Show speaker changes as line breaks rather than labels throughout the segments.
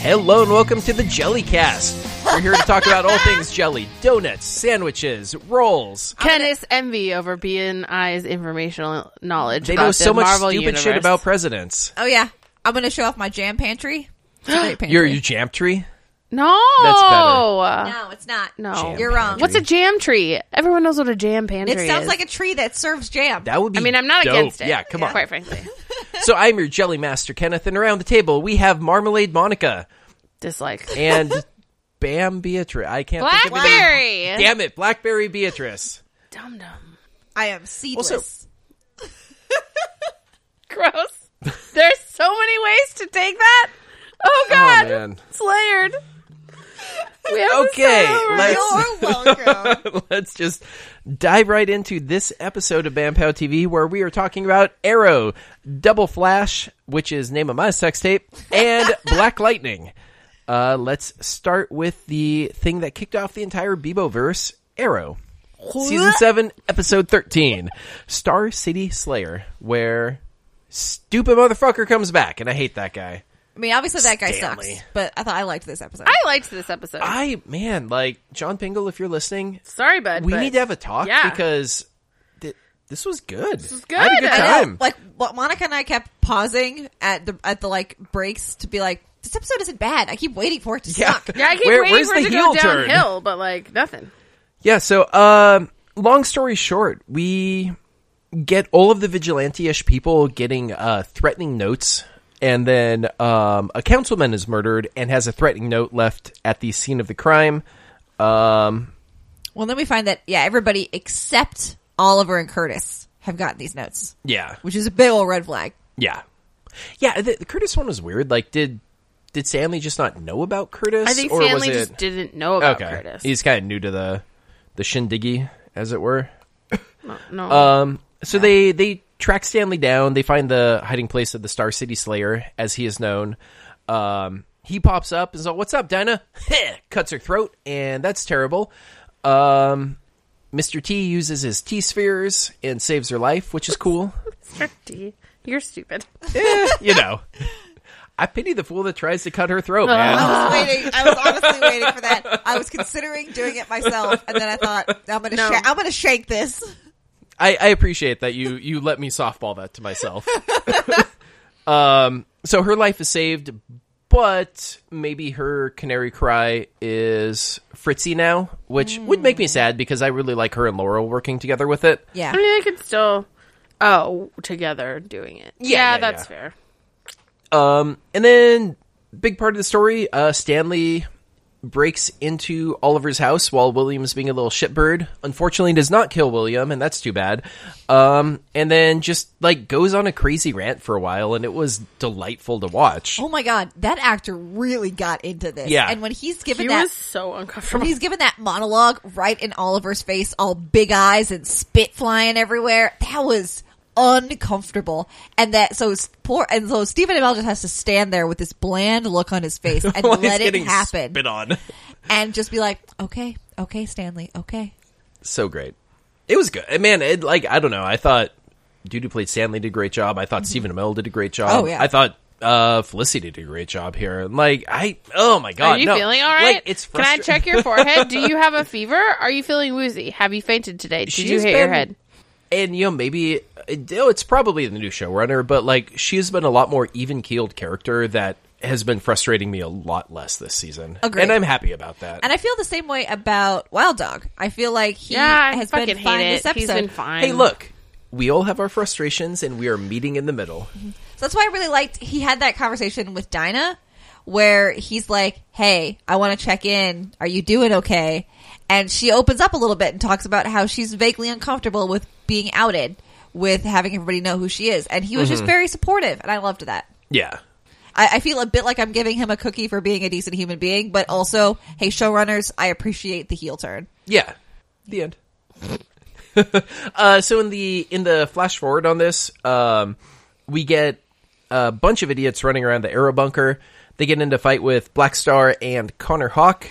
Hello and welcome to the Jellycast. We're here to talk about all things jelly, donuts, sandwiches, rolls.
Kenneth's envy over BNI's informational knowledge.
They
about
know
the
so much
Marvel
stupid shit
universe.
about presidents.
Oh yeah, I'm gonna show off my jam pantry. It's a great pantry.
You're you jam tree?
No,
That's
no, it's not.
No.
Jam
you're wrong.
What's a jam tree? Everyone knows what a jam pantry
It
is.
sounds like a tree that serves jam.
That would be
I mean, I'm not
dope.
against it.
Yeah, come on.
Quite frankly,
So I'm your jelly master, Kenneth, and around the table we have Marmalade Monica
dislike
and Bam Beatrice. I can't think of it.
blackberry.
Damn it, Blackberry Beatrice.
Dum dum.
I am seedless.
Also-
Gross. There's so many ways to take that. Oh God,
man.
it's layered. We have to
Okay,
start over.
let's-
You're welcome.
Let's just dive right into this episode of Bampow TV where we are talking about Arrow, Double Flash, which is name of my sex tape, and Black Lightning. Uh, let's start with the thing that kicked off the entire Beboverse, Arrow. Season 7, episode 13, Star City Slayer, where stupid motherfucker comes back, and I hate that guy.
I mean, obviously that guy
Stanley.
sucks, but I thought I liked this episode.
I liked this episode.
I, man, like, John Pingle, if you're listening,
Sorry, bud.
we
but-
need to have a talk
yeah.
because th- this was good. This
was
I had a
good.
good
I
Yeah,
time.
Like what Monica and I kept pausing at the at the like breaks to be like, this episode isn't bad. I keep waiting for it to
Yeah.
suck.
Yeah, I keep
Where-
waiting
where's
for it
the
to go
heel turn?
downhill, but like nothing.
yeah. So, um, long story short, we get all of the vigilante-ish people getting uh, threatening notes, and then um, a councilman is murdered and has a threatening note left at the scene of the crime. Um,
Well, then we find that yeah, everybody except Oliver and Curtis have gotten these notes,
yeah,
which is a big old red flag.
yeah, yeah. The, the Curtis one was weird. Like, did did Stanley just not know about Curtis?
I think
or was
Stanley
it...
just didn't know about
okay.
Curtis.
He's kind of new to the the shindiggy, as it were.
no,
Um, so they they track Stanley down. They find the hiding place of the Star City Slayer, as he is known. Um, he pops up and is like, "What's up, Dinah?" Cuts her throat, and that's terrible. Um, Mr. T uses his T spheres and saves her life, which is cool.
Thrifty. You're stupid.
you know, I pity the fool that tries to cut her throat, man.
I was waiting. I was honestly waiting for that. I was considering doing it myself, and then I thought I'm gonna
No.
sha- I'm gonna shake this.
I, I appreciate that you you let me softball that to myself. um, so her life is saved, but maybe her canary cry is Fritzy now, which would make me sad because I really like her and Laurel working together with it.
Yeah,
I mean, I could still. Oh, together doing it. Yeah,
yeah,
that's
yeah.
fair.
Um, and then big part of the story, uh, Stanley breaks into Oliver's house while William's being a little shitbird. Unfortunately, does not kill William, and that's too bad. Um, and then just like goes on a crazy rant for a while, and it was delightful to watch.
Oh my god, that actor really got into this.
Yeah.
and when he's given
He
that,
was so uncomfortable.
he's given that monologue right in Oliver's face, all big eyes and spit flying everywhere. That was uncomfortable, and that so it's poor and so Stephen Amell just has to stand there with this bland look on his face and
While he's
let it
getting
happen,
spit on.
and just be like, okay, okay, Stanley, okay.
so great. It was good, And man. It, like I don't know. I thought dude who played Stanley did a great job. I thought Stephen Amell did a great job.
Mm-hmm. Oh, yeah.
I thought uh, Felicity did a great job here. And, Like I, oh my god,
Are you
no.
feeling all right?
Like, it's
Can I
frustra-
check your forehead? Do you have a fever? Are you feeling woozy? Have you fainted today? Did you
She's
hit your
been-
head?
and you know maybe it- oh, it's probably the new showrunner, but like she's been a lot more even keeled character that has been frustrating me a lot less this season.
Agreed.
And I'm happy about that.
And I feel the same way about Wild Dog. I feel like he
Yeah, I
has
fucking
been
hate
fine
it.
this episode.
He's been fine.
hey, look. We all have our frustrations, and we are meeting in the middle.
Mm-hmm.
So that's why I really liked he had that conversation with Dinah where he's like, Hey, I want to check in. Are you doing okay? And she opens up a little bit and talks about how she's vaguely uncomfortable with being outed, with having everybody know who she is. And he was just very supportive and I loved that.
Yeah,
I, I feel a bit like I'm giving him a cookie for being a decent human being, but also, hey, showrunners, I appreciate the heel turn.
Yeah. The end. uh, so in the in the flash forward on this, um, we get a bunch of idiots running around the aero bunker. They get into a fight with Black Star and Connor Hawk.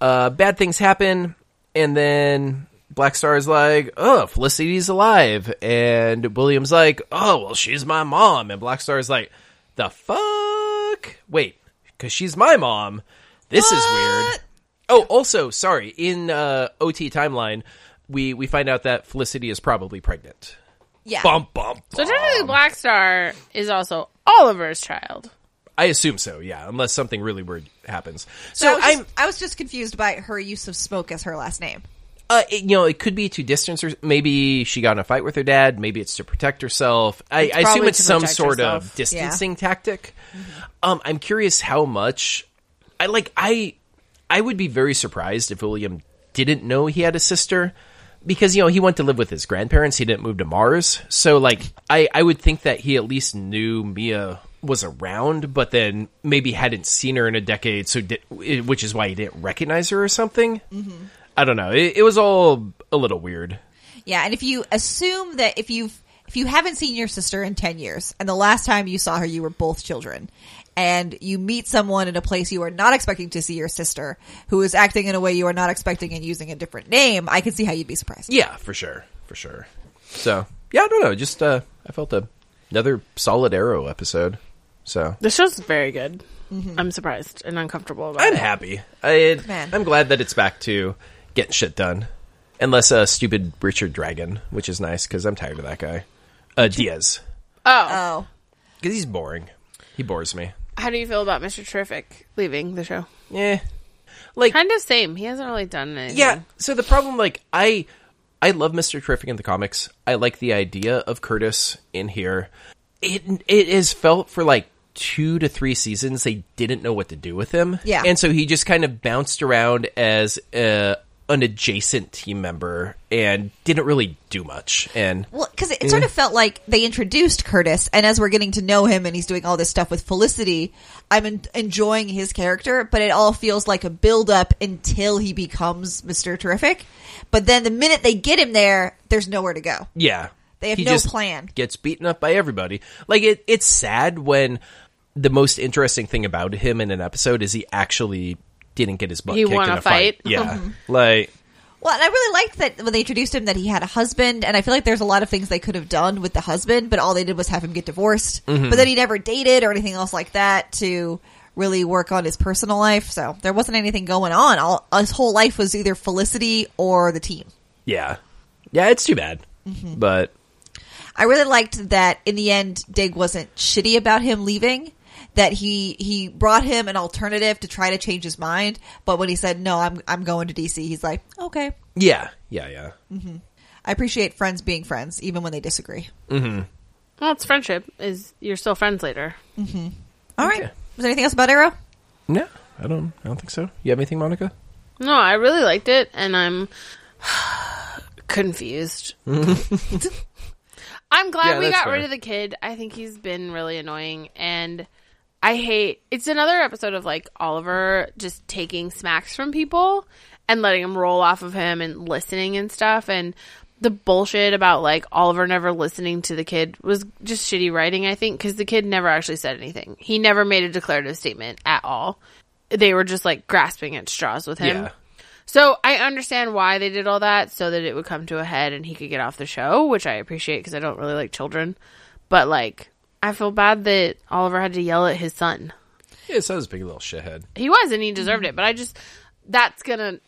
Uh, bad things happen, and then Black Star is like, "Oh, Felicity's alive," and William's like, "Oh, well, she's my mom," and Black Star is like, the fuck? Wait, because she's my mom. This is weird. Oh, also, sorry. In uh, OT timeline, we we find out that Felicity is probably pregnant.
Yeah.
Bum bum.
So
bum.
technically, Black Star is also Oliver's child.
I assume so. Yeah, unless something really weird happens.
So I
So
was,
I'm
just, I was just confused by her use of smoke as her last name.
uh, it- you know, it could be to distance her. Maybe she got in a fight with her dad. Maybe it's to protect herself. I, I assume
probably
it's
to
some
protect
sort of
herself.
distancing tactic. Um, I'm curious how much. I like. I I would be very surprised if William didn't know he had a sister because you know he went to live with his grandparents. He didn't move to Mars, so like I I would think that he at least knew Mia was around, but then maybe hadn't seen her in a decade, so di- which is why he didn't recognize her or something. I don't know. It, it was all a little weird.
Yeah, and if you assume that if you've if you haven't seen your sister in ten years, and the last time you saw her, you were both children, and you meet someone in a place you are not expecting to see your sister, who is acting in a way you are not expecting and using a different name, I can see how you'd be surprised.
Yeah, for sure, for sure. So yeah, I don't know. Just uh, I felt a, another solid Arrow episode. So
The show's very good. I'm surprised and uncomfortable about
Mm-hmm. I'm
it.
happy. I,
Man.
I'm glad that it's back to getting shit done. Unless uh, stupid Richard Dragon, which is nice because I'm tired of that guy. Uh, Diaz,
Oh,
Oh,
because he's boring. He bores me.
how do you feel about Mr. Terrific leaving the show?
Yeah.
Kind of same. He hasn't really done anything.
Yeah. So the problem, like, I I love Mister Terrific in the comics. I like the idea of Curtis in here. It it is felt for like two to three seasons they didn't know what to do with him.
Yeah.
and so he just kind of bounced around as uh an adjacent team member and didn't really do much. And
well, because it, it sort of felt like they introduced Curtis, and as we're getting to know him, and he's doing all this stuff with Felicity, I'm en- enjoying his character, but it all feels like a build up until he becomes Mister Terrific. But then the minute they get him there, there's nowhere to go.
Yeah.
They have
He
no
just
plan.
Gets beaten up by everybody. Like it it's sad when the most interesting thing about him in an episode is he actually didn't get his butt
He
kicked
won
in
a
a fight.
fight.
Yeah. like
Well, and I really liked that when they introduced him that he had a husband, and I feel like there's a lot of things they could have done with the husband, but all they did was have him get divorced. But then he never dated or anything else like that to really work on his personal life. So there wasn't anything going on. All his whole life was either Felicity or the team.
yeah. Yeah, it's too bad. But
I really liked that in the end, Dig wasn't shitty about him leaving. That he he brought him an alternative to try to change his mind, but when he said no, I'm I'm going to DC, he's like, okay,
yeah, yeah, yeah.
I appreciate friends being friends, even when they disagree.
Well, it's friendship. Is you're still friends later.
All right.
Okay.
Was there anything else about Arrow?
No, I don't I don't think so. You have anything, Monica?
No, I really liked it, and I'm confused. I'm glad
Yeah,
we
that's
got
fair.
rid of the kid. I think he's been really annoying, and I hate. It's another episode of like Oliver just taking smacks from people and letting them roll off of him and listening and stuff, and the bullshit about like Oliver never listening to the kid was just shitty writing. I think because the kid never actually said anything. He never made a declarative statement at all. They were just like grasping at straws with him.
Yeah.
So I understand why they did all that so that it would come to a head and he could get off the show, which I appreciate because I don't really like children. But like, I feel bad that Oliver had to yell at his son.
Yeah, it sounds big little shithead.
He was and he deserved it, but I just that's gonna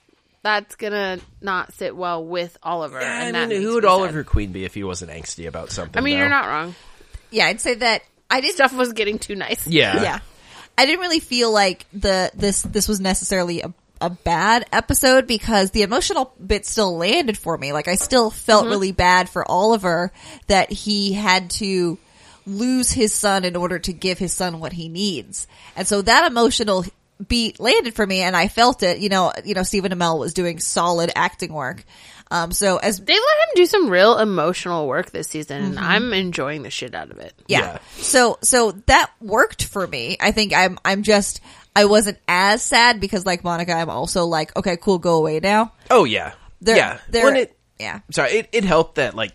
that's gonna not sit well with Oliver. and
I mean,
that makes
who would
me sad.
Oliver Queen be if he wasn't angsty about something?
I mean,
though?
you're not wrong.
Yeah, I'd say that I didn't.
Stuff was getting too nice.
Yeah.
Yeah, I didn't really feel like the this this was necessarily a a bad episode because the emotional bit still landed for me. Like I still felt really bad for Oliver that he had to lose his son in order to give his son what he needs, and so that emotional beat landed for me, and I felt it. You know, you know, Stephen Amell was doing solid acting work. Um, so as
They let him do some real emotional work this season, and I'm enjoying the shit out of it.
Yeah.
Yeah.
So so that worked for me. I think I'm I'm just I wasn't as sad because like Monica, I'm also like, okay, cool, go away now.
Oh yeah.
There-
yeah.
there-
When it-
yeah.
Sorry, it, it helped that like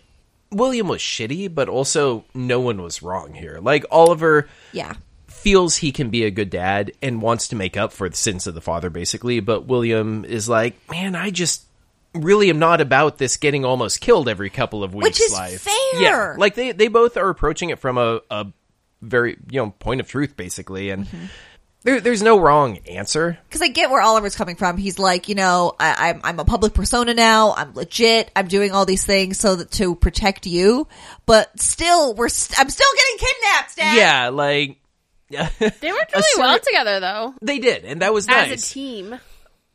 William was shitty, but also no one was wrong here. Like Oliver
Yeah.
feels he can be a good dad and wants to make up for the sins of the father, basically, but William is like, Man, I just really am not about this getting almost killed every couple of weeks
Which is
life.
fair.
Yeah. Like they, they both are approaching it from a, a very you know point of truth basically, and
Mm-hmm.
there, there's no wrong answer.
because I get where Oliver's coming from. He's like, you know, I, I'm I'm a public persona now. I'm legit. I'm doing all these things so that to protect you, but still, we're st- I'm still getting kidnapped. Dad.
Yeah, like
They worked really
A
well
seri-
together, though,
they did, and that was
as
nice.
a team.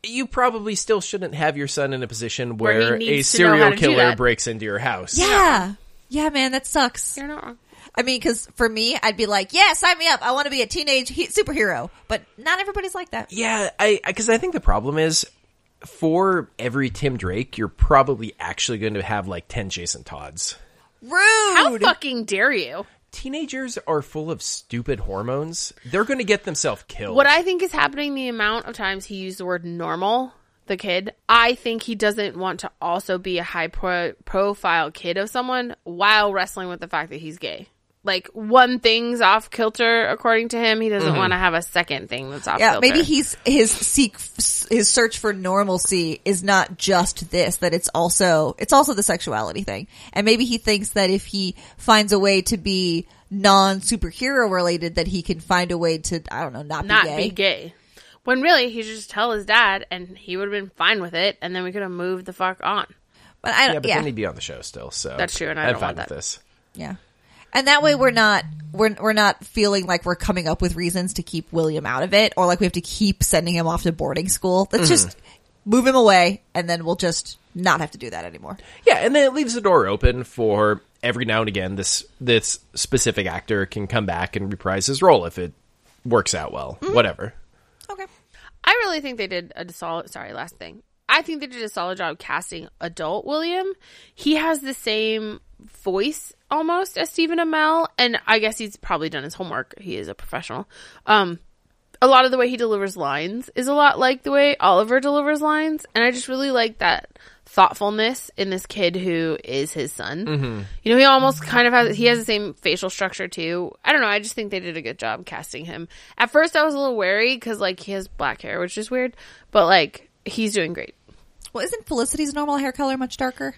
you probably still shouldn't have your son in a position
Where he
where a
needs to know how
serial
to do
killer
that.
breaks into your house.
yeah, yeah, man, that sucks.
You're not wrong.
I mean, because for me, I'd be like, yeah, sign me up. I want to be a teenage he- superhero, but not everybody's like that.
Yeah, I because I, think the problem is for every Tim Drake, you're probably actually going to have like ten Jason Todds.
Rude.
How fucking dare you?
Teenagers are full of stupid hormones. They're going to get themselves killed.
What I think is happening, the amount of times he used the word normal, the kid, I think he doesn't want to also be a high pro- profile kid of someone while wrestling with the fact that he's gay. Like one thing's off kilter, according to him. He doesn't want to have a second thing that's off
yeah,
kilter.
maybe he's his seek his search for normalcy is not just this that it's also it's also the sexuality thing, and maybe he thinks that if he finds a way to be non superhero related, that he can find a way to I don't know not,
not
be, gay.
be gay. When really he should just tell his dad, and he would have been fine with it, and then we could have moved the fuck on.
But I
yeah,
don't
but
yeah
then he'd be on the show still. So
That's true, and I
am
don't
fine
want
with
that.
this.
yeah, and that way we're not we're we're not feeling like we're coming up with reasons to keep William out of it, or like we have to keep sending him off to boarding school.
Mm.
Let's just move him away, and then we'll just not have to do that anymore.
Yeah, and then it leaves the door open for every now and again this this specific actor can come back and reprise his role if it works out well.
Mm.
Whatever.
Okay.
I really think they did a solid. Sorry, last thing. I think they did a solid job casting adult William. He has the same voice almost as Stephen Amell, and I guess he's probably done his homework. He is a professional. Um, a lot of the way he delivers lines is a lot like the way Oliver delivers lines, and I just really like that thoughtfulness in this kid who is his son. You know, he almost kind of has he has the same facial structure too. I don't know. I just think they did a good job casting him. At first, I was a little wary because like he has black hair, which is weird, but like he's doing great.
Well, isn't Felicity's normal hair color much darker?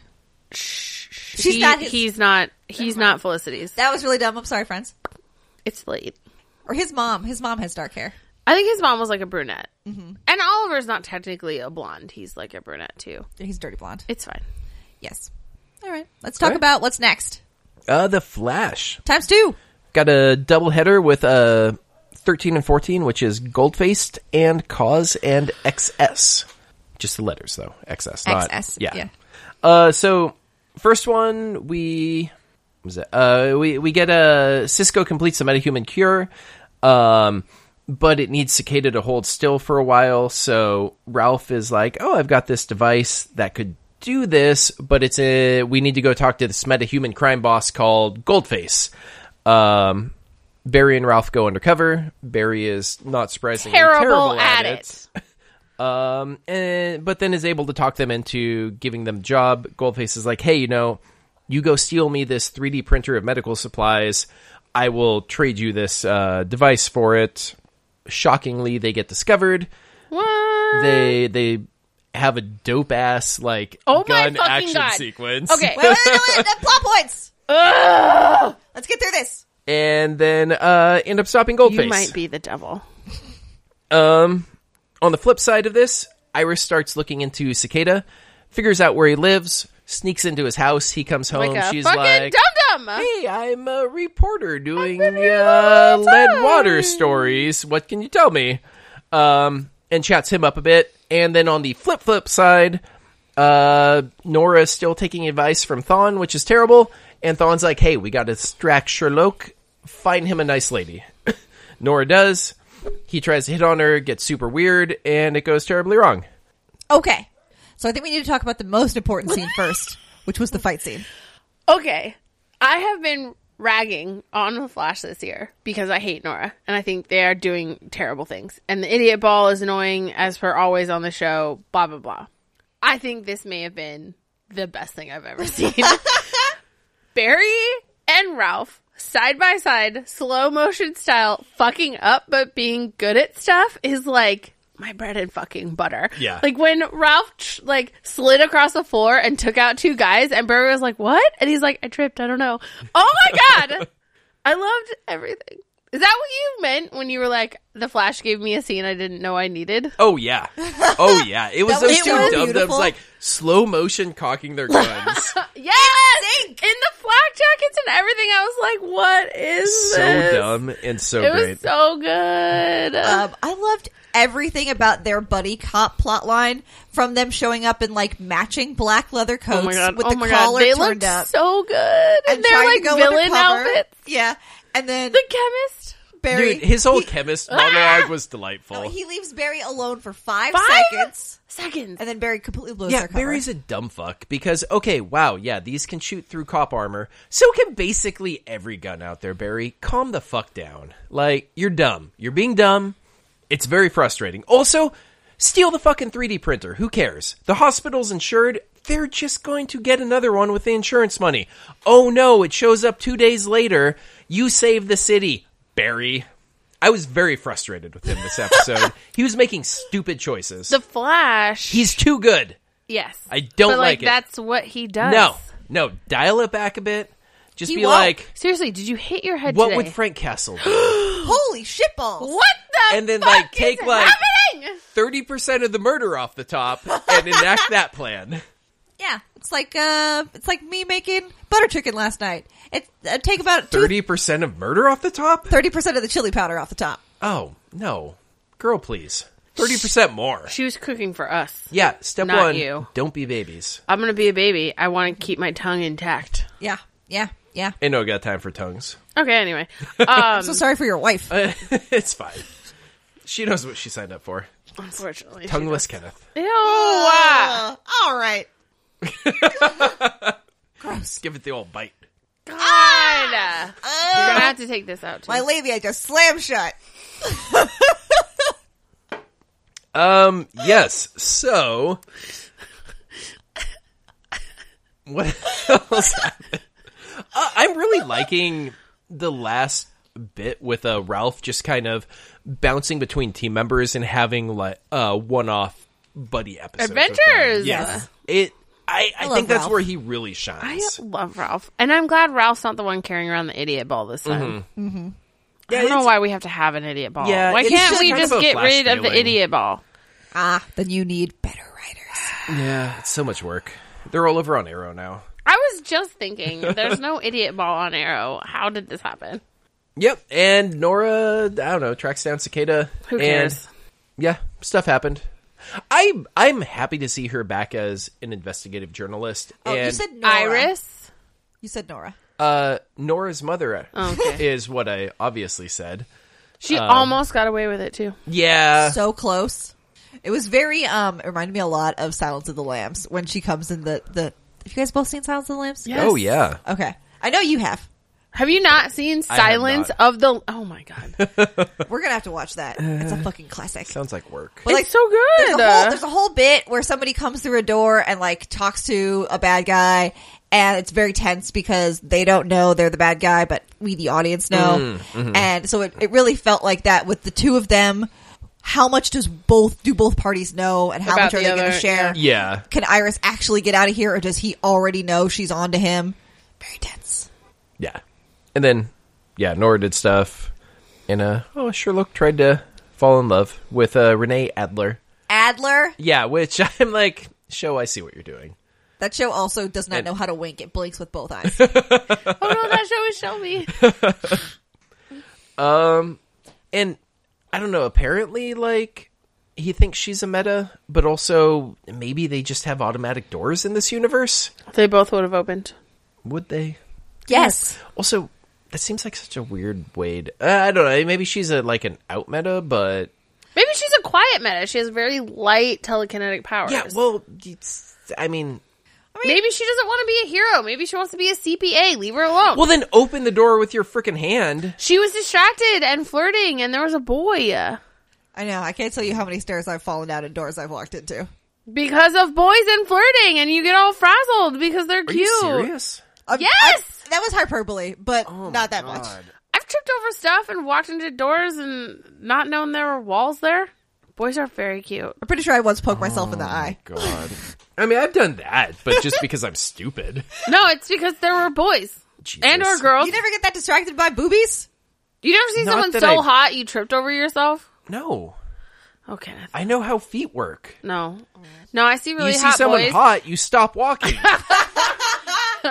She's
not his-
He's not. He's not Felicity's.
That was really dumb. I'm sorry, friends.
It's late.
Or his mom. His mom has dark hair.
I think his mom was like a brunette, and Oliver's not technically a blonde. He's like a brunette too.
He's dirty blonde.
It's fine.
Yes. All right. Let's talk
right.
about what's next.
Uh the Flash.
Times two.
Got a double header with uh, 13 and 14, which is Goldfaced and Cause and XS. Just the letters, though. XS. Not,
XS, yeah.
Uh, so, first one, we. What was it? Uh, we, we get a. Cisco completes the metahuman cure, um, but it needs Cicada to hold still for a while. So, Ralph is like, oh, I've got this device that could do this, but it's a. We need to go talk to this metahuman crime boss called Goldface. Um, Barry and Ralph go undercover. Barry is not surprisingly
Terrible,
terrible,
at, it.
Um, and, but then is able to talk them into giving them a job. Goldface is like, "Hey, you know, you go steal me this 3D printer of medical supplies. I will trade you this uh, device for it." Shockingly, they get discovered.
What?
They they have a dope ass like
Oh my
gun
fucking
action
God.
sequence.
Okay.
Wait, wait, wait, wait, wait, plot points. Let's get through this.
and then uh, end up stopping
You
Goldface.
might be the devil.
On the flip side of this, Iris starts looking into Cicada, figures out where he lives, sneaks into his house. He comes home.
Like a
she's
fucking
like,
dum dum.
"Hey, I'm a reporter doing uh, lead water stories. What can you tell me?" Um, and chats him up a bit. And then on the flip flip side, uh, Nora is still taking advice from Thawne, which is terrible. And Thawne's like, "Hey, we got to distract Sherlock. Find him a nice lady." Nora does. He tries to hit on her, gets super weird, and it goes terribly wrong.
Okay. So I think we need to talk about the most important scene first, which was the fight scene.
Okay. I have been ragging on the Flash this year because I hate Nora and I think they are doing terrible things. And the idiot ball is annoying as per always on the show, blah, blah, blah. I think this may have been the best thing I've ever seen. Barry and Ralph, side by side, slow motion style, fucking up but being good at stuff is like my bread and fucking butter.
Yeah.
Like when Ralph tr- like slid across the floor and took out two guys, and Barry was like, "What?" and he's like, "I tripped. I don't know." Oh my god. I loved everything. Is that what you meant when you were like, the Flash gave me a scene I didn't know I needed?
Oh yeah, oh yeah. It was
That was
those two
so
dub dubs
beautiful.
like slow motion cocking their guns.
Yes! In the flak jackets and everything, I was like, what is
so
this?
dumb and so
It
great.
was so good.
Um, I loved everything about their buddy cop plot line from them showing up in like matching black leather coats
oh my god!
with
oh
the
my god!
collar
They
turned
looked
up
so good, and, they're like
trying
villain
undercover.
outfits.
Yeah, and then
The chemist.
Barry,
Dude, his whole
he,
chemist monologue was delightful.
he leaves Barry alone for five,
Five
seconds,
seconds.
and then Barry completely blows
yeah,
their cover.
Barry's a dumb fuck because okay, wow, yeah, these can shoot through cop armor. So can basically every gun out there, Barry. Calm the fuck down. Like, you're dumb. You're being dumb. It's very frustrating. Also, steal the fucking 3D printer. Who cares? The hospital's insured. They're just going to get another one with the insurance money. Oh no, it shows up 2 days later. You save the city, Barry. I was very frustrated with him this episode. he was making stupid choices.
The Flash.
He's too good.
yes.
I don't
but,
like it.
That's what he does.
No, no, dial it back a bit. Just
He
be
won't.
like,
Seriously, did you hit your head
what
today?
would Frank Castle do?
Holy shitballs!
what the?
And then,
fuck
like,
is
take, like-
happening?
30% of the murder off the top and enact that plan.
Yeah, it's like uh, it's like me making butter chicken last night. It uh, take about two
30% of murder off the top?
30 percent of the chili powder off the top.
Oh, no. Girl, please. 30% more.
She was cooking for us.
Yeah, step
Not
one
you.
don't be babies.
I'm gonna be a baby. I want to keep my tongue intact.
Yeah, yeah, yeah.
Ain't no got time for tongues.
Okay. Anyway, um,
Mm.
So sorry for your wife.
Uh, it's fine. She knows what she signed up for.
unfortunately, she-
Tongueless Kenneth.
Ew. ah.
Uh, all right. Gross.
Give it the old bite.
God. You're
Uh,
gonna have to take this out. Too.
my labia just slammed shut.
Um, yes. So, what else happened? Uh, I'm really liking the last bit with uh, Ralph just kind of bouncing between team members and having like uh, one-off buddy episodes. with them.
Adventures!
Yes. It. I, I,
love
think that's
Ralph.
where he really
I
shines.
love Ralph, and I'm glad Ralph's not the one carrying around the idiot ball this time. I don't know
it's-
why we have to have an idiot ball.
Yeah,
why
it's
can't
just
we
kind
just
of a
get
flash
rid of the
feeling.
idiot ball?
Ah, then you need better writers.
Yeah, it's so much work. They're all over on Arrow now.
I was just thinking, there's no idiot ball on Arrow. How did this happen?
Yep, and Nora, I don't know, tracks down Cicada.
Who
and-
cares?
yeah, stuff happened. I I'm happy to see her back as an investigative journalist.
Oh,
and
you said
uh,
Nora.
Iris.
You said Nora.
uh, Nora's mother uh,
okay.
is what I obviously said.
She almost got away with it too.
Yeah,
so close. It was very um it reminded me a lot of Silence of the Lambs when she comes in the the Have you guys both seen Silence of the Lambs?
Yes.
oh yeah,
Okay. I know you have.
Have you not seen
have
Silence
not.
of the? Oh my god, it's
We're gonna have to watch that. It's a fucking classic.
sounds like work.
But, like,
so
There's
good.
a, whole, there's a whole bit where somebody comes through a door and like talks to a bad guy and it's very tense because they don't know they're the bad guy but we the audience know and so it, it really felt like that with the two of them how much does both do both parties know and how
About
much are
the
they going
other-
to share
Yeah,
can Iris actually get out of here, or does he already know she's on to him? Very tense.
yeah, and then yeah, Nora did stuff, and uh, oh Sherlock tried to fall in love with uh, Renee Adler.
Adler,
Yeah, which I'm like, show I see what you're doing.
that show also does not
And-
know how to wink. It blinks with both eyes.
oh no, that show is Shelby.
and I don't know. Apparently, like he thinks she's a meta, but also maybe they just have automatic doors in this universe.
they both would have opened.
Would they?
yes.
Also, that seems like such a weird way. To, uh, I don't know. Maybe she's a like an out meta, but
Maybe she's a quiet meta. She has very light telekinetic powers.
yeah. Well, it's, I mean,
Maybe she doesn't want to be a hero. Maybe she wants to be a CPA. Leave her alone.
well then open the door with your freaking hand.
she was distracted and flirting, and there was a boy
I know. I can't tell you how many stairs I've fallen down and doors I've walked into.
because of boys and flirting, and you get all frazzled because they're
Are
cute.
you serious?
I'm-
Yes!
I'm- Um, that was hyperbole, but
Oh
not that much.
I've tripped over stuff and walked into doors and not known there were walls there. Boys are very cute.
I'm pretty sure I once poked myself in
Oh.
the eye.
God. I mean, I've done that, but just because I'm stupid.
No, it's because there were boys.
Jesus.
and or girls.
You never get that distracted by boobies?
You never see
Not
someone
that
so
I-
hot you tripped over yourself?
No,
Okay. that's-
I know how feet work.
No. No, I see really
you see
hot
someone
boys.
hot, you stop walking.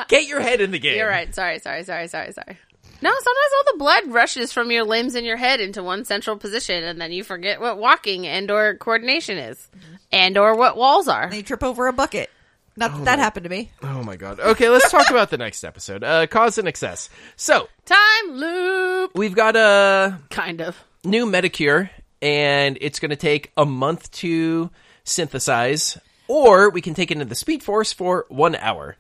Get your head in the game.
You're right. Sorry, sorry, sorry, sorry, sorry. No, sometimes all the blood rushes from your limbs and your head into one central position and then you forget what walking and or coordination is and or what walls are.
And you trip over a bucket. Not that that happened to me.
Oh my god. Okay, let's talk about the next episode. Uh, cause and excess. So
Time loop
we've got a
kind of.
new Medicure, and it's going to take a month to synthesize, or we can take it into the Speed Force for one hour.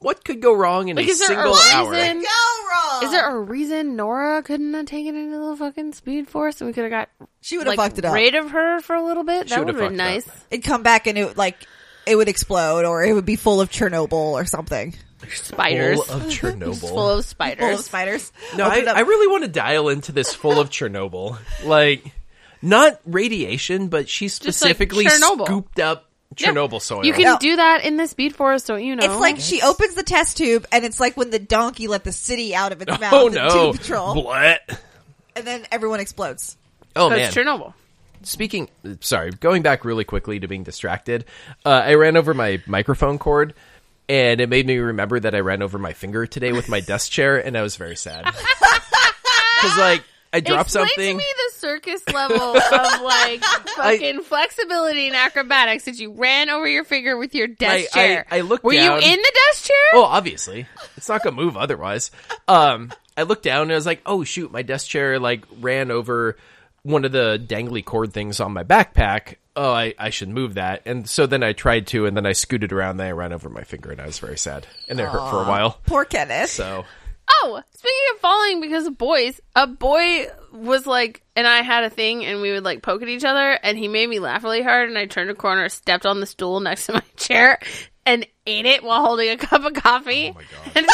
What could go wrong in
Like,
a
is there
single
a
hour?
reason?
Go wrong.
Is there a reason Nora couldn't have taken it into the fucking speed force and we could have got
She would have
like
fucked it up.
rid of her for a little bit?
She
that
would
would
have
have been
fucked
nice.
up.
It'd come back and it like it would explode or it would be full of Chernobyl or something.
Spiders.
Full of
Just full
Chernobyl.
of spiders.
Full of spiders.
No, I,
Open up.
I really want to dial into this full of Chernobyl. Like, not radiation, but she
like
specifically
Chernobyl.
scooped up
Yeah.
Chernobyl soil.
You can
Yeah.
do that in the speed force, don't you know?
it's like
Oh,
she opens the test tube and it's like when the donkey let the city out of its mouth
oh
in
no!
Doom Patrol.
What?
and then everyone explodes.
Oh
But
man!
it's Chernobyl.
Speaking, sorry, going back really quickly to being distracted. Uh, I ran over my microphone cord, and it made me remember that I ran over my finger today with my desk chair, and I was very sad because like I dropped
Explain
something.
to me the circus level of like fucking flexibility and acrobatics that you ran over your finger with your desk
I- I-
chair.
I looked
Were
down.
you in the desk chair?
Oh, obviously, it's not gonna move otherwise. Um, I looked down and I was like, "Oh shoot!" My desk chair like ran over one of the dangly cord things on my backpack. Oh, I, I should move that. And so then I tried to, and then I scooted around. Then I ran over my finger, and I was very sad, and it hurt for a while.
Poor Kenneth.
So
Oh, speaking of falling because of boys, a boy was like, and I had a thing, and we would like poke at each other, and he made me laugh really hard, and I turned a corner, stepped on the stool next to my chair, and ate it while holding a cup of coffee. Oh my god! And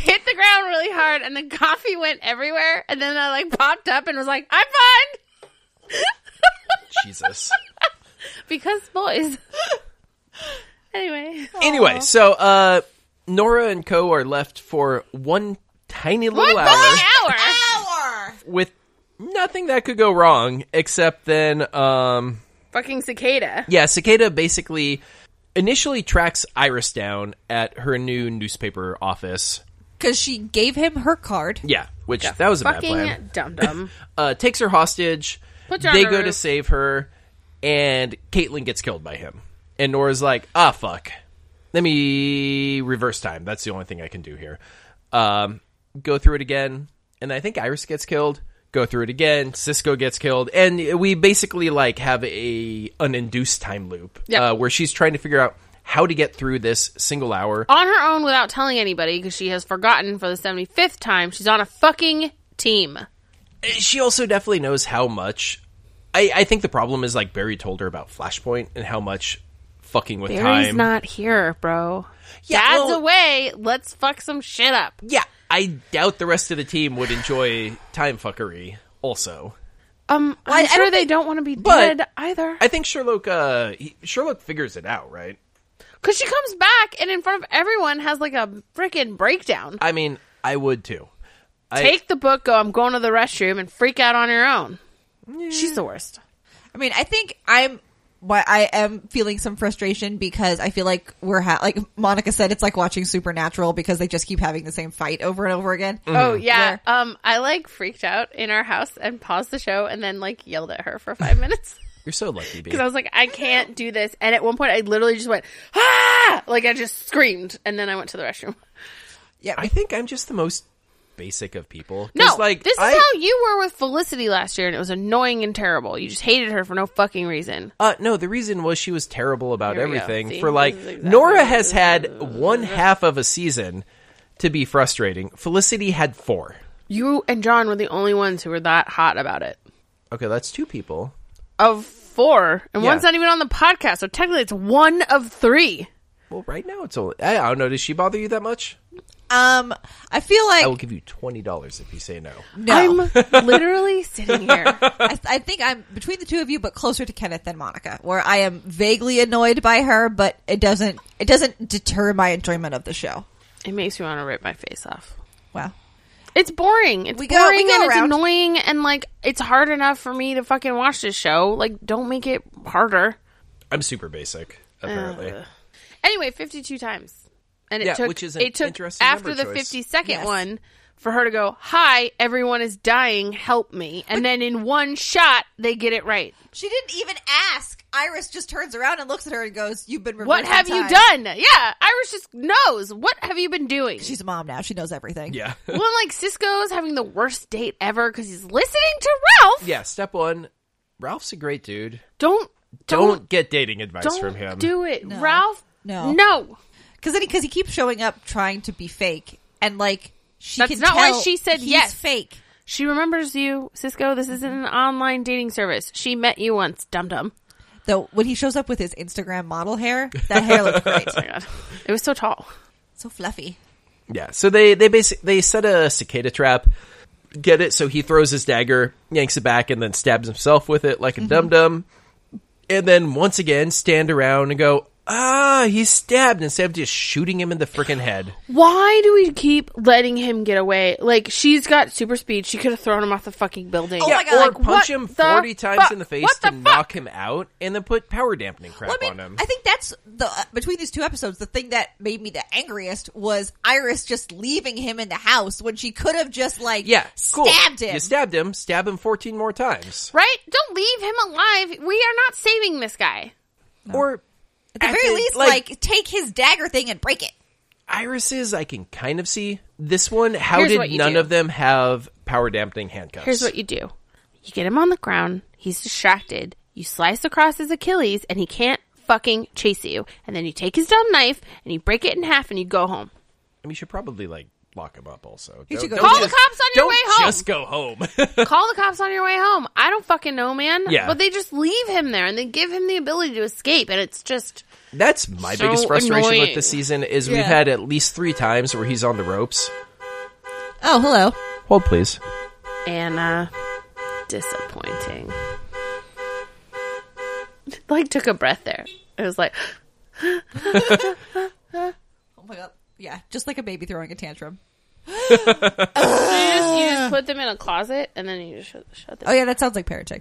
hit the ground really hard, and the coffee went everywhere, and then I like popped up and was like, "I'm fine,"
Jesus.
because boys. anyway,
Anyway, so uh, Nora and Co are left for one tiny
one
little hour
fucking hour.
Hour.
with nothing that could go wrong, except then, um,
Fucking cicada.
yeah, Cicada basically initially tracks Iris down at her new newspaper office.
Because she gave him her card.
Yeah, which that was a bad plan.
fucking dum dum.
Uh, takes her hostage.
Puts her on
They
the
go to
roof.
save her, and Caitlin gets killed by him. And Nora's like, ah, fuck. Let me reverse time. That's the only thing I can do here. Um, go through it again. And I think Iris gets killed. Go through it again. Cisco gets killed. And we basically like have a an induced time loop
Yeah.
uh, where she's trying to figure out how to get through this single hour.
on her own without telling anybody because she has forgotten for the 75th time she's on a fucking team.
she also definitely knows how much. I, I think the problem is like Barry told her about Flashpoint and how much fucking with
Barry's
time.
not here, bro.
Yeah,
Dad's
well-
away. Let's fuck some shit up.
yeah, I doubt the rest of the team would enjoy time fuckery. Also,
Um, I'm
I
sure
don't
they
think-
don't want to be
but-
dead either.
I think Sherlock uh, he, Sherlock figures it out, right?
Because she comes back and in front of everyone has like a freaking breakdown.
I mean, I would too. I-
Take the book, go, I'm going to the restroom, and freak out on your own. She's the worst.
I mean, I think I'm. Why I am feeling some frustration because I feel like we're ha- like Monica said, it's like watching Supernatural because they just keep having the same fight over and over again.
Mm-hmm.
Oh yeah. Um, I like freaked out in our house and paused the show and then like yelled at her for five minutes.
You're so lucky, B.
because I was like, I can't do this. And at one point, I literally just went, ah! Like, I just screamed. And then I went to the restroom.
I think I'm just the most basic of people. 'Cause,
No,
like
this is
I-
how you were with Felicity last year, and it was annoying and terrible. You just hated her for no fucking reason.
Uh, no, the reason was she was terrible about
Here we go.
everything.
See,
For like,
this is exactly
Nora
what
has
this
had one half of a season to be frustrating. Felicity had four.
You and John were the only ones who were that hot about it.
Okay, that's two people.
Of four, and
Yeah.
one's not even on the podcast, so technically it's one of three.
Well, right now it's only. I I don't know. Does she bother you that much?
Um, I feel like
I will give you twenty dollars if you say no.
no,
I'm literally sitting here.
I, I think I'm between the two of you, but closer to Kenneth than Monica, where I am vaguely annoyed by her, but it doesn't it doesn't deter my enjoyment of the show.
It makes me want to rip my face off.
Wow.
It's boring. It's
We go- we
boring
go
and
around.
it's annoying and like it's hard enough for me to fucking watch this show. Like, don't make it harder.
I'm super basic, apparently.
Ugh. Anyway, fifty-two times, and it
Yeah,
took
which is an
it took
interesting
after
number
the
choice.
fifty-second
Yes.
one for her to go, "Hi, everyone is dying, help me!" And then in one shot, they get it right.
She didn't even ask. Iris just turns around and looks at her and goes, "You've been
What
reversing
have you
time."
done? Yeah, Iris just knows. What have you been doing?
She's a mom now. She knows everything.
Yeah.
well, like Cisco's having the worst date ever because he's listening to Ralph.
yeah, step one Ralph's a great dude.
Don't
Don't,
don't
get dating advice
don't
from him.
do it, Ralph.
No.
no.
Because then, because he keeps showing up trying to be fake, and like she
That's
can
not why
tell
she said
he's
yes.
Fake.
She remembers you, Cisco. This isn't an online dating service. She met you once, dum dum. Oh
Though when he shows up with his Instagram model hair, that hair looks great.
Oh my god, it was so tall.
So fluffy.
Yeah. So they they basic they set a cicada trap, get it. So he throws his dagger, yanks it back, and then stabs himself with it
Mm-hmm.
like a dum dum. And then once again stand around and go, ah, he's stabbed instead of just shooting him in the freaking head.
Why do we keep letting him get away? Like she's got super speed. She could have thrown him off the fucking building.
Yeah, Oh my God.
Or
Oh Like, what
punch him
the
forty times
fuck?
in the face
What
to
the fuck?
knock him out, and then put power dampening crap
Well, I mean,
on him.
I think that's the uh, between these two episodes, the thing that made me the angriest was Iris just leaving him in the house when she could have just like
yeah, cool.
stabbed him.
You stabbed him. Stab him fourteen more times,
Right? Don't leave him alive. We are not saving this guy.
or
At the very least, like, take his dagger thing and break it.
irises I can kind of see. This one, how
Here's what
did
you
none
do.
of them have power dampening handcuffs?
Here's what you do: you get him on the ground. He's distracted. You slice across his Achilles, and he can't fucking chase you. And then you take his dumb knife and you break it in half, and you go home.
I mean, you should probably like lock him up also.
You
Don't-
should go
don't
Call the
just-
cops on your
don't
way home.
Just go home.
Call the cops on your way home. I don't fucking know, man.
Yeah.
But they just leave him there and they give him the ability to escape. And it's just,
That's my
So
biggest frustration with
annoying.
this season is
Yeah.
we've had at least three times where he's on the ropes.
Oh, hello.
Hold please.
Anna, uh, disappointing. Like, took a breath there. It was like,
Oh my god. Yeah, just like a baby throwing a tantrum.
you just, you
Uh.
just put them in a closet and then you just shut, shut them.
Oh yeah, that sounds like parenting.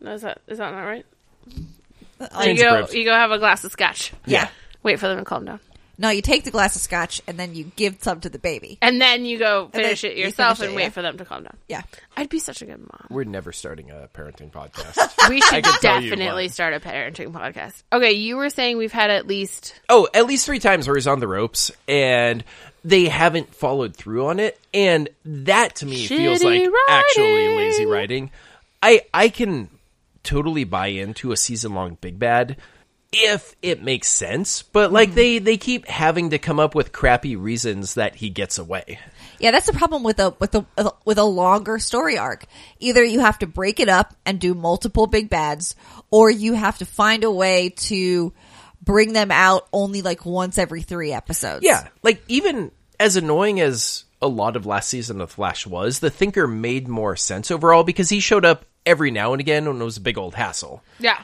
No, is, that, is that not right?
Change
You
the
go,
grips.
you go have a glass of scotch.
Uh, Yeah.
Wait for them to calm down.
No, you take the glass of scotch and then you give some to the baby.
And then you go
then
finish it
you
yourself
finish it,
and wait
yeah.
for them to calm down.
Yeah.
I'd be such a good mom.
We're never starting a parenting podcast.
We should
can tell you
definitely
what.
start a parenting podcast. Okay, you were saying we've had at least
oh, at least three times where he's on the ropes and they haven't followed through on it. And that to me feels
Shitty
like actually
writing.
lazy writing. I I can totally buy into a season long big bad if it makes sense, but
Mm-hmm.
like they they keep having to come up with crappy reasons that he gets away.
Yeah, that's the problem with a with a with a longer story arc. Either you have to break it up and do multiple big bads, or you have to find a way to bring them out only like once every three episodes.
Yeah, like even as annoying as a lot of last season of Flash was, the Thinker made more sense overall because he showed up every now and again when it was a big old hassle.
yeah.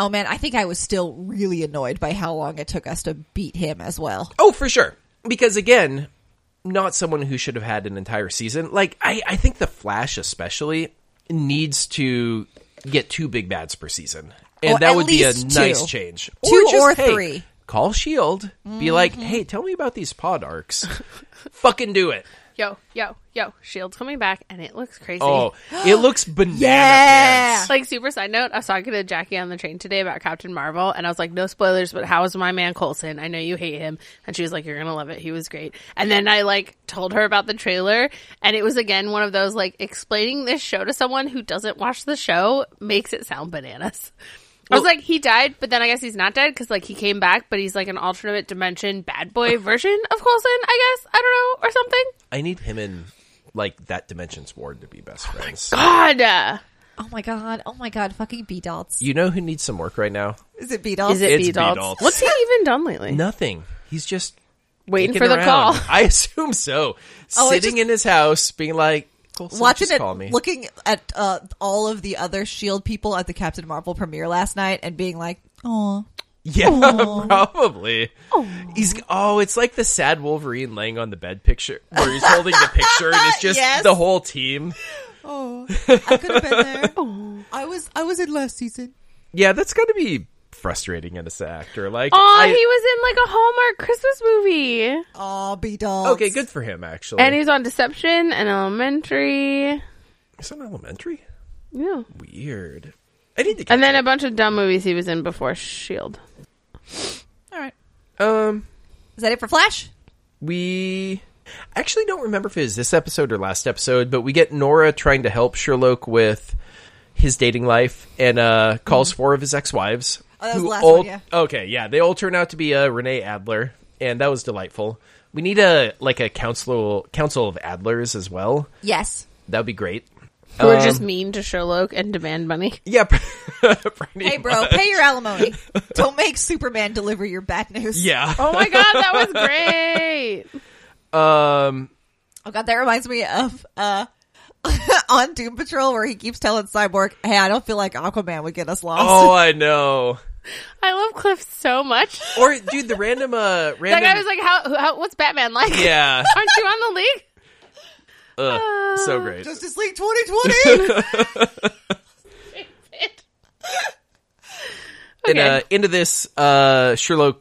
Oh man, I think I was still really annoyed by how long it took us to beat him as well.
Oh, for sure. Because again, not someone who should have had an entire season. Like I, I think the Flash especially needs to get two big bads per season, and
Or at
that would be a
least two.
nice change.
Two
just,
or
hey,
three. Mm-hmm.
Call Shield. E Be like, hey, tell me about these pod arcs. Fucking do it.
Yo, yo, yo, Shield's coming back and it looks crazy.
Oh, it looks banana
Yeah.
pants.
Like super side note, I was talking to Jackie on the train today about Captain Marvel and I was like, No spoilers, but how is my man Colson? I know you hate him and she was like, You're gonna love it. He was great. And then I like told her about the trailer and it was again one of those like explaining this show to someone who doesn't watch the show makes it sound bananas. I was
Well-
like, he died, but then I guess he's not dead because like he came back, but he's like an alternate dimension bad boy version of Colson, I guess. I don't know, or something.
I need him in like that dimension's ward to be best friends.
God, uh,
Oh my god! Oh my god! Fucking B dolls.
You know who needs some work right now?
Is it B dolls?
is it
It's
B-Daltz?
B-Daltz.
What's he even done lately?
Nothing. He's just
Waiting
dicking
for the
around.
call.
I assume so.
Oh, it
Sitting
just-
in his house, being like, Coulson,
watching
just
it,
call me.
looking at E uh, all of the other Shield people at the Captain Marvel premiere last night, and being like, "Oh,
Yeah, probably. He's oh, it's like the sad Wolverine laying on the bed picture where he's holding the picture and it's just
Yes.
the whole team.
Oh, I could have been there. I was I was in last season.
Yeah, that's got to be frustrating in a actor. Like,
Oh,
I-
he was in like a Hallmark Christmas movie.
Oh, be dogs.
okay, good for him actually.
And he's on Deception and Elementary.
He's on elementary.
Yeah.
Weird. I need to. Get
And then a bunch of dumb movies he was in before Shield.
All right.
um,
Is that it for Flash?
we I actually don't remember if it was this episode or last episode, but we get Nora trying to help Sherlock with his dating life and uh, calls four of his ex-wives.
Mm-hmm. Oh, that was
who
the last one,
all-
yeah.
Okay, yeah, they all turn out to be uh, Renee Adler, and that was delightful. We need a like a council council of Adlers as well.
Yes.
That would be great.
Who were just mean to Sherlock and demand money.
Yeah. pretty
Hey,
much.
bro, pay your alimony. Don't make Superman deliver your bad news.
Yeah.
Oh my god, that was great.
Um.
Oh god, that reminds me of uh on Doom Patrol where he keeps telling Cyborg, "Hey, I don't feel like Aquaman would get us lost."
Oh, I know.
I love Cliff so much.
Or dude, the random uh
That
random.
guy was like, "How? how what's Batman like?
yeah.
Aren't you on the league?"
Ugh, so great.
Justice League 2020.
And
Okay.
uh, into this, uh, Sherlock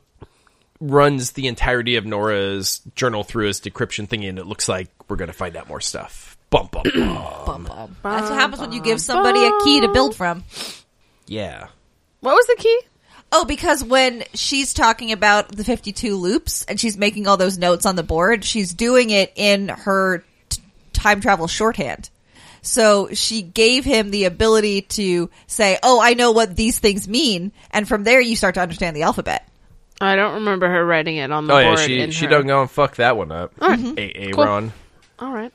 runs the entirety of Nora's journal through his decryption thingy, and it looks like we're going to find out more stuff. Bum, bum, bum.
Bum, bum. That's what happens when you give somebody a key to build from.
yeah.
What was the key?
Oh, because when she's talking about the 52 loops and she's making all those notes on the board, she's doing it in her t- time travel shorthand. So she gave him the ability to say, Oh, I know what these things mean. And from there, you start to understand the alphabet.
I don't remember her writing it on the
Oh, yeah,
board.
she,
in
she
her-
don't go and fuck that one up.
Mm-hmm.
A-
Cool.
Aaron.
All right,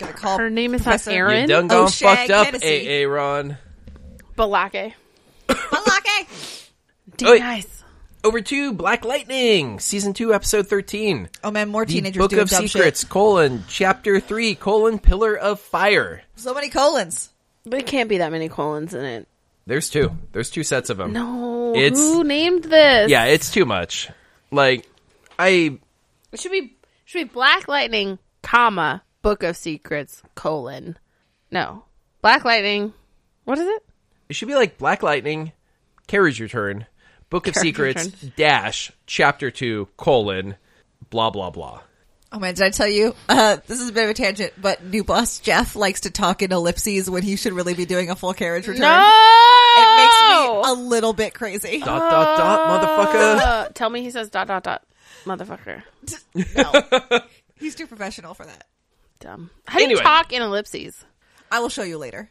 Gonna call
her name is not
Professor-
You
Aaron
done gone
O'Shea,
fucked up,
Tennessee.
A- Aaron.
Balake.
Malake.
D
Oi.
nice.
Over to Black Lightning, Season 2, Episode 13.
Oh man, more
The
teenagers
Book
doing
of
dumb
Secrets, colon, Chapter 3, colon, Pillar of Fire.
shit. So many colons.
There can't be that many colons in it.
There's two. There's two sets of them.
No,
It's-
who named this?
Yeah, it's too much. Like, I
it should be it should be Black Lightning, comma Book of Secrets colon. No, Black Lightning. What is it?
It should be like Black Lightning, Carriage Return, Book of
Carriage
Secrets, dash, chapter two, colon, blah, blah, blah.
Oh man, did I tell you? Uh, this is a bit of a tangent, but new boss Jeff likes to talk in ellipses when he should really be doing a full carriage return.
No,
It makes me a little bit crazy.
Dot, dot, dot, motherfucker.
Uh, tell me he says dot dot dot, motherfucker.
No. He's too professional for that.
Dumb. How do
Anyway.
you talk in ellipses?
I will show you later.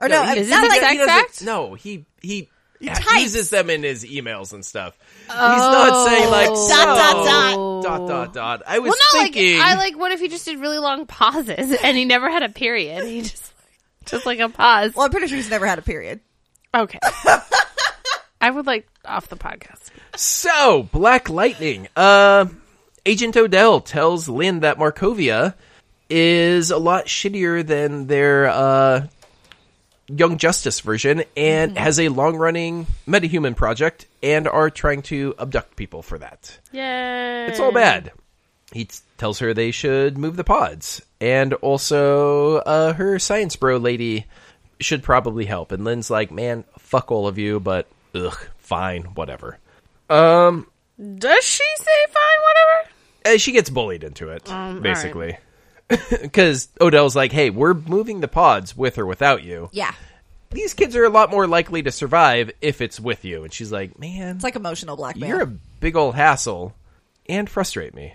Or no,
he-
it's
is
not
it
like
sex
he doesn't-
act?
No, he, he,
types.
uses them in his emails and stuff. He's not saying like,
Oh.
Dot, dot,
so, dot, dot, dot. I was
Well, not
thinking.
like I like. What if he just did really long pauses and he never had a period? He just just like a pause.
well, I'm pretty sure he's never had a period.
Okay. I would like off the podcast.
So, Black Lightning. Uh, Agent Odell tells Lynn that Markovia is a lot shittier than their uh, Young Justice version and has a long running metahuman project and are trying to abduct people for that.
Yay!
It's all bad. He t- tells her they should move the pods. And also, uh, her science bro lady should probably help. And Lynn's like, man, fuck all of you, but ugh, fine, whatever.
Does she say fine? Whatever.
Uh, she gets bullied into it,
Um, all right.
basically. Because Odell's like, hey, we're moving the pods with or without you.
Yeah.
These kids are a lot more likely to survive if it's with you. And she's like, man,
It's like emotional blackmail.
you're a big old hassle and frustrate me.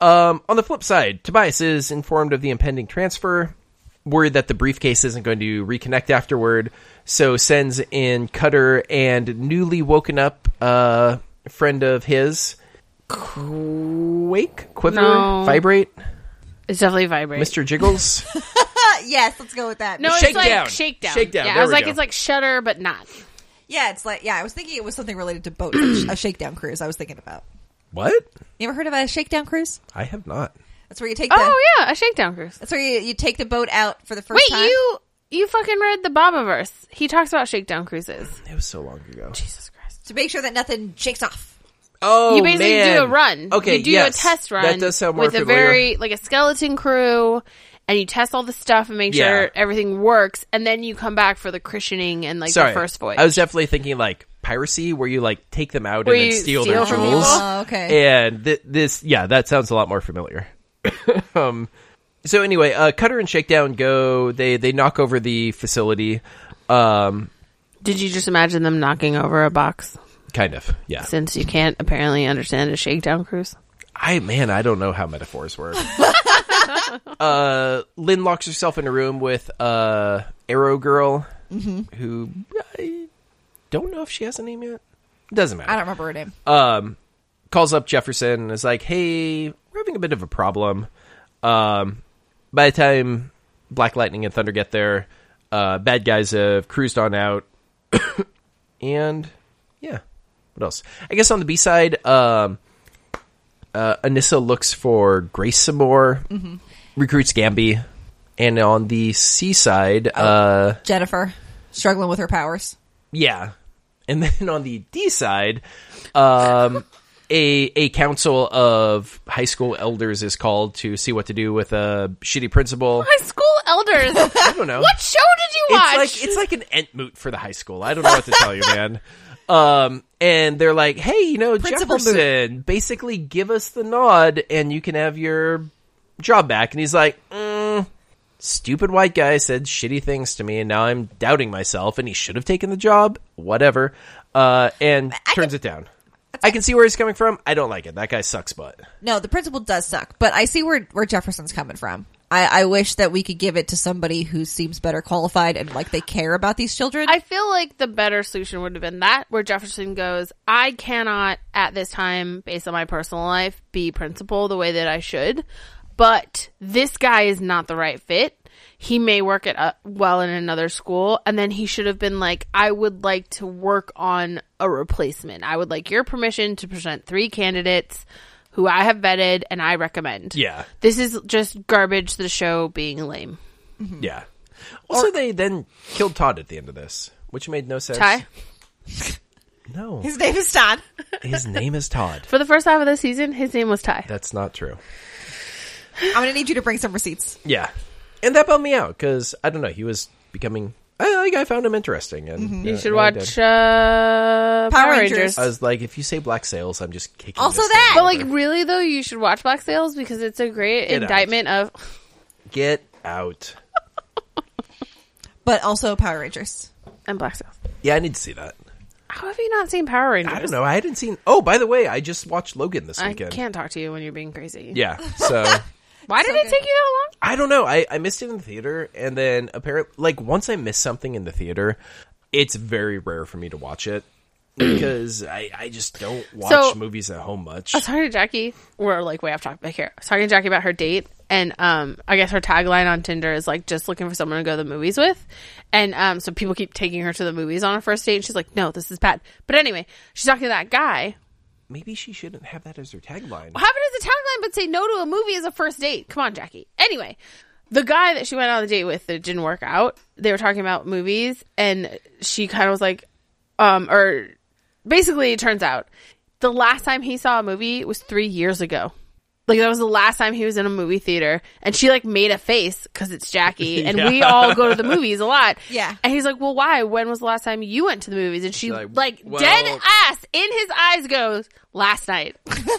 Um, on the flip side, Tobias is informed of the impending transfer, worried that the briefcase isn't going to reconnect afterward, so sends in Cutter and newly woken up uh, friend of his, Quake, Quiver,
No.
Vibrate,
It's definitely vibrate.
Mr. Jiggles.
yes, let's go with that.
no, it's
Shakedown.
like shakedown.
Shakedown,
Yeah,
there
I was
we
like,
go.
it's like shutter, but not.
Yeah, it's like, yeah, I was thinking it was something related to boats, a shakedown cruise I was thinking about.
what?
You ever heard of a shakedown cruise?
I have not.
That's where you take the,
Oh yeah, a shakedown cruise.
that's where you, you take the boat out for the first
Wait,
time.
you you fucking read the Bobaverse? He talks about shakedown cruises.
It was so long ago.
Jesus Christ.
to make sure that nothing shakes off.
Oh,
you basically
man.
do a run.
Okay,
you do
yes.
a test run.
That does sound more
with a
familiar.
very like a skeleton crew, and you test all the stuff and make
Yeah.
sure everything works, and then you come back for the christening and like
Sorry,
the first voyage.
I was definitely thinking like piracy, where you like take them out
Where
and then
you
steal,
steal
their
from
jewels.
people?
Oh, okay.
And th- this, yeah, that sounds a lot more familiar. um, so anyway, uh, Cutter and Shakedown go. They they knock over the facility. Um,
Did you just imagine them knocking over a box
kind of, yeah.
since you can't apparently understand a shakedown cruise?
I man, I don't know how metaphors work. uh, Lynn locks herself in a room with uh, Arrow Girl, who I don't know if she has a name yet. Doesn't matter.
I don't remember her name.
um, calls up Jefferson and is like, "Hey, we're having a bit of a problem." Um, by the time Black Lightning and Thunder get there, uh, bad guys have cruised on out, and yeah, what else? I guess on the B side, um, uh, Anissa looks for Grace some more, recruits Gamby, and on the C side, uh,
Jennifer struggling with her powers.
yeah. And then on the D side, um, a a council of high school elders is called to see what to do with a shitty principal.
My school elders.
I don't know.
what show did you watch?
It's like it's like an Entmoot for the high school. I don't know what to tell you, man. Um, and they're like, hey, you know,
Principal Moot.
Jefferson, basically give us the nod, and you can have your job back. And he's like, mm, stupid white guy said shitty things to me, and now I'm doubting myself, and he should have taken the job. Whatever. Uh, and turns it down. I can see where he's coming from. I don't like it. That guy sucks butt.
No, the principal does suck, but I see where where Jefferson's coming from. I, I wish that we could give it to somebody who seems better qualified and like they care about these children.
I feel like the better solution would have been that, where Jefferson goes, I cannot at this time, based on my personal life, be principal the way that I should. But this guy is not the right fit. He may work at uh well in another school, and then he should have been like, I would like to work on a replacement. I would like your permission to present three candidates who I have vetted and I recommend.
Yeah.
This is just garbage, the show being lame.
Hmm. Yeah. Also, they then killed Todd at the end of this, which made no sense.
Ty?
No.
His name is Todd.
His name is Todd.
For the first half of the season, his name was Ty.
That's not true.
I'm gonna need you to bring some receipts.
Yeah, and that bummed me out because I don't know. He was becoming. I like. I found him interesting, and
Mm-hmm. You
yeah,
should
yeah, I
watch
did.
uh, Power,
Rangers.
Rangers.
I, was like, if you say black sales, I'm just kicking.
Also
this
that!
thing
But like,
over.
really though, you should watch Black Sails because it's a great
Get out.
indictment of.
get out.
But also Power Rangers.
And Black Sails.
Yeah, I need to see that.
How have you not seen Power Rangers?
I don't know. I hadn't seen. Oh, by the way, I just watched Logan this
I
weekend.
can't talk to you when you're being crazy.
Yeah, so
Why did
So
it
good.
take you that long?
I don't know. I, I missed it in the theater, and then apparently, like once I miss something in the theater, it's very rare for me to watch it because I, I just don't watch
So-
movies at home much.
I was talking to Jackie. We're like way off topic here. I was talking to Jackie about her date, and um, I guess her tagline on Tinder is like just looking for someone to go to the movies with, and um, so people keep taking her to the movies on her first date, and she's like, no, this is bad. But anyway, she's talking to that guy
Maybe she shouldn't have that as her tagline.
have it as a tagline, but say no to a movie as a first date. Come on, Jackie. Anyway, the guy that she went on the date with that didn't work out, they were talking about movies, and she kind of was like, um, or basically, it turns out the last time he saw a movie was three years ago. Like that was the last time he was in a movie theater, and she like made a face because it's Jackie, and we all go to the movies a lot.
Yeah.
and he's like, "Well, why? When was the last time you went to the movies?" And she
like,
like,
"Well-
dead ass in his eyes goes, "Last night."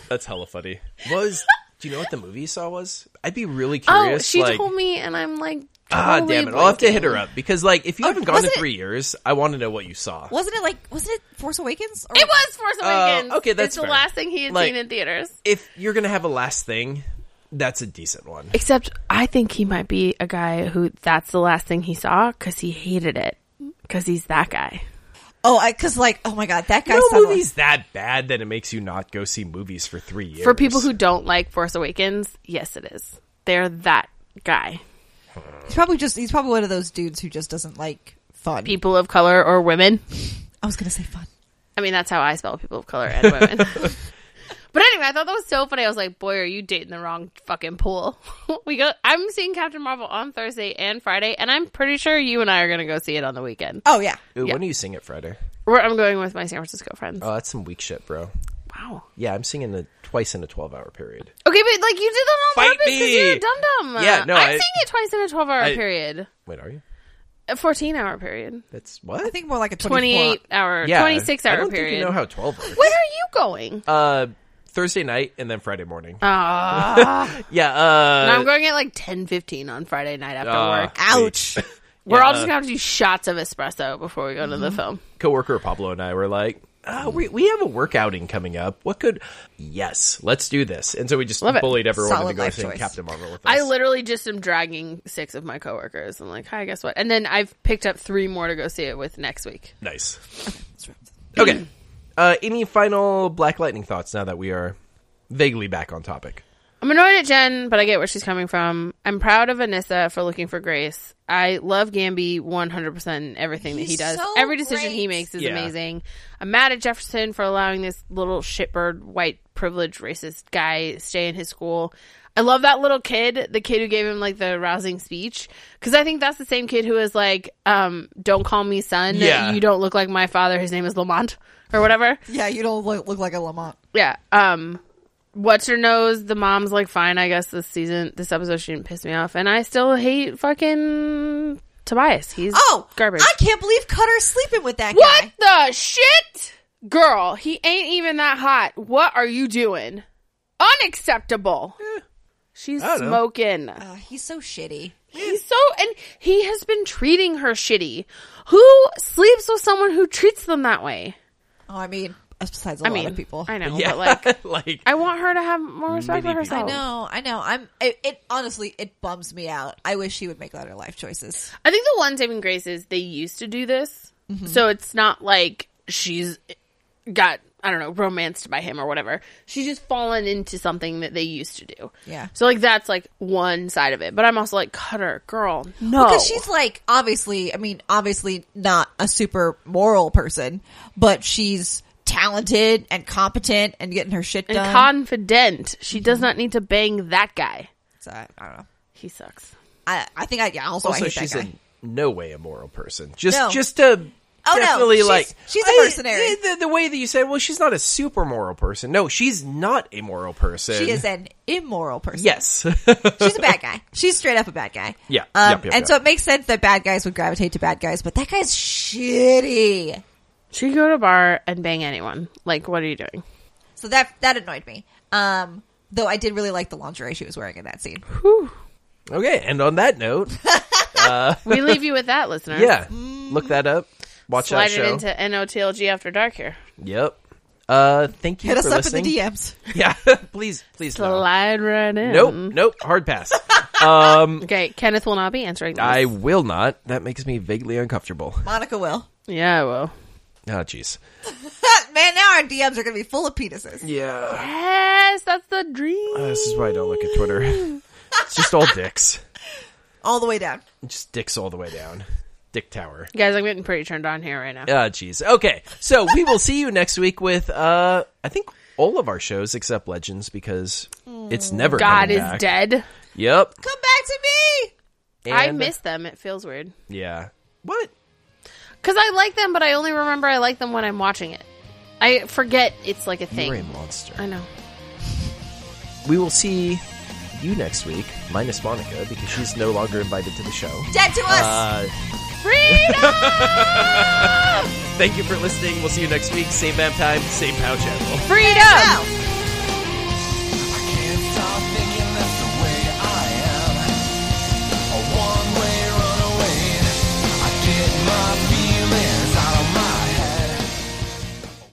That's hella funny. Was do you know what the movie you saw was? I'd be really
Oh,
curious.
she
like,
told me, and I'm like,
Ah,
totally
damn it! I'll have to
blanking.
hit her up because, like, if you
Oh,
haven't gone in
wasn't it-
three years, I want to know what you saw.
Wasn't it like wasn't it Force Awakens? Or
It was Force Awakens.
Oh, okay, that's
it's the
fair.
last thing he had
Like-
seen in theaters.
If you're gonna have a last thing, that's a decent one.
Except, I think he might be a guy who that's the last thing he saw because he hated it because he's that guy.
Oh, I cause like oh my god, that guy
No
sounded-
movie's that bad that it makes you not go see movies for three years.
For people who don't like Force Awakens, yes, it is. They're that guy.
He's probably just he's probably one of those dudes who just doesn't like fun.
People of color or women.
I was gonna say fun.
I mean, that's how I spell people of color and women. but But anyway, I thought that was so funny. I was like, boy, are you dating the wrong fucking pool? we go. I'm seeing Captain Marvel on Thursday and Friday, and I'm pretty sure you and I are gonna go see it on the weekend.
Oh yeah.
Ooh,
Yeah.
When are you seeing it, Friday?
Where I'm going with my San Francisco friends.
Oh, that's some weak shit, bro.
wow.
Yeah, I'm singing the twice in a 12 hour period.
Okay, but like you did that on
Fight
purpose because
me!
you're a dum dum.
Yeah, no,
I'm
I-
seeing it twice in a 12 hour
I-
period,
Wait, are you?
a 14 hour period,
That's what?
I think more like a
28
twenty-eight.
hour,
yeah,
26 hour
I don't
period.
Think you know how 12 works.
When are you going?
Uh, Thursday night and then Friday morning.
Uh, Ah.
yeah, uh.
And I'm going at like ten fifteen on Friday night after
uh,
work.
Ouch.
We're all just
yeah.
gonna have to do shots of espresso before we go to the film.
coworker Pablo and I were like, uh, we, we have a work outing coming up. What could, yes, let's do this. And so we just
Love it.
bullied everyone
Solid
into going
life
to
choice.
Captain Marvel with us.
I literally just am dragging six of my coworkers. I'm like, hi, guess what? And then I've picked up three more to go see it with next week.
nice. Okay. Uh, any final Black Lightning thoughts now that we are vaguely back on topic?
I'm annoyed at Jen, but I get where she's coming from. I'm proud of Anissa for looking for grace. I love Gambi 100% in everything that he
He's
does.
so
Every decision he
great.
makes is
Yeah.
amazing. I'm mad at Jefferson for allowing this little shitbird, white, privileged, racist guy stay in his school. I love that little kid, the kid who gave him like the rousing speech, because I think that's the same kid who is like, um, "Don't call me son.
Yeah.
You don't look like my father. His name is Lamont or whatever."
yeah, you don't look, look like a Lamont.
Yeah. Um what's her nose? The mom's like fine, I guess this season this episode she didn't piss me off. And I still hate fucking Tobias. He's
Oh,
garbage.
I can't believe Cutter's sleeping with that
what
guy.
the shit? Girl, he ain't even that hot. What are you doing? Unacceptable. She's
Eh. I don't know.
smoking.
Oh, he's so shitty.
He's so and he has been treating her shitty. Who sleeps with someone who treats them that way?
Oh, I mean,
Besides a
I
lot
mean,
of people.
I know,
Yeah.
but like
like,
I want her to have more respect
Many
for
I
herself.
know, I know. I'm. It, it honestly, it bums me out. I wish he would make better life choices.
I think the one saving grace is they used to do this,
Mm-hmm.
so it's not like she's got I don't know romanced by him or whatever. She's just fallen into something that they used to do.
Yeah.
So like that's like one side of it, but I'm also like Cutter girl, no,
Because she's like obviously, I mean, obviously not a super moral person, but she's talented and competent and getting her shit
and
done.
confident. She
Mm-hmm.
does not need to bang that guy.
So, I don't know.
He sucks.
I, I think I yeah. Also, I
also,
hate
she's
that
in
guy.
no way a moral person. Just,
No.
just to.
Oh, no.
definitely
She's-
like
she's a
I- eh,
mercenary.
the, the way that you say, well, she's not a super moral person. No, she's not a moral person.
She is an immoral person.
Yes.
she's a bad guy. She's straight up a bad guy.
Yeah.
Um,
Yep, yep,
and
yep.
so it makes sense that bad guys would gravitate to bad guys, but that guy's shitty.
She go to a bar and bang anyone. Like, what are you doing?
So that that annoyed me. Um, though I did really like the lingerie she was wearing in that scene.
okay, and on that note,
We leave you with that, listener.
yeah, look that up. Watch that
Slide it
show.
into NOTLG after dark here.
yep. Uh, thank you
Hit us
for
up
listening.
in the DMs.
Yeah, please, please. No.
Slide right in.
Nope, nope. Hard pass.
Okay, Kenneth will not be answering this.
I will not. That makes me vaguely uncomfortable.
Monica will.
yeah, I will.
Oh, jeez.
Man, now our DMs are going to be full of penises.
Yeah.
Yes, that's the dream.
This is why I don't look at Twitter. It's just all dicks.
All the way down.
Just dicks all the way down. Dick Tower.
Guys, I'm getting pretty turned on here right now.
Ah, jeez. Okay, so we will see you next week with, uh, I think all of our shows except Legends because it's never
God
coming
is
back.
dead.
Yep.
Come back to me!
I
And-
miss them. It feels weird.
Yeah. What?
Because I like them, but I only remember I like them when I'm watching it. I forget it's like a
You're a
thing.
monster.
I know.
We will see you next week, minus Monica, because she's no longer invited to the show.
Dead to us!
Uh,
Freedom!
thank you for listening. We'll see you next week. Same bad time, same pow channel.
Freedom!
Now.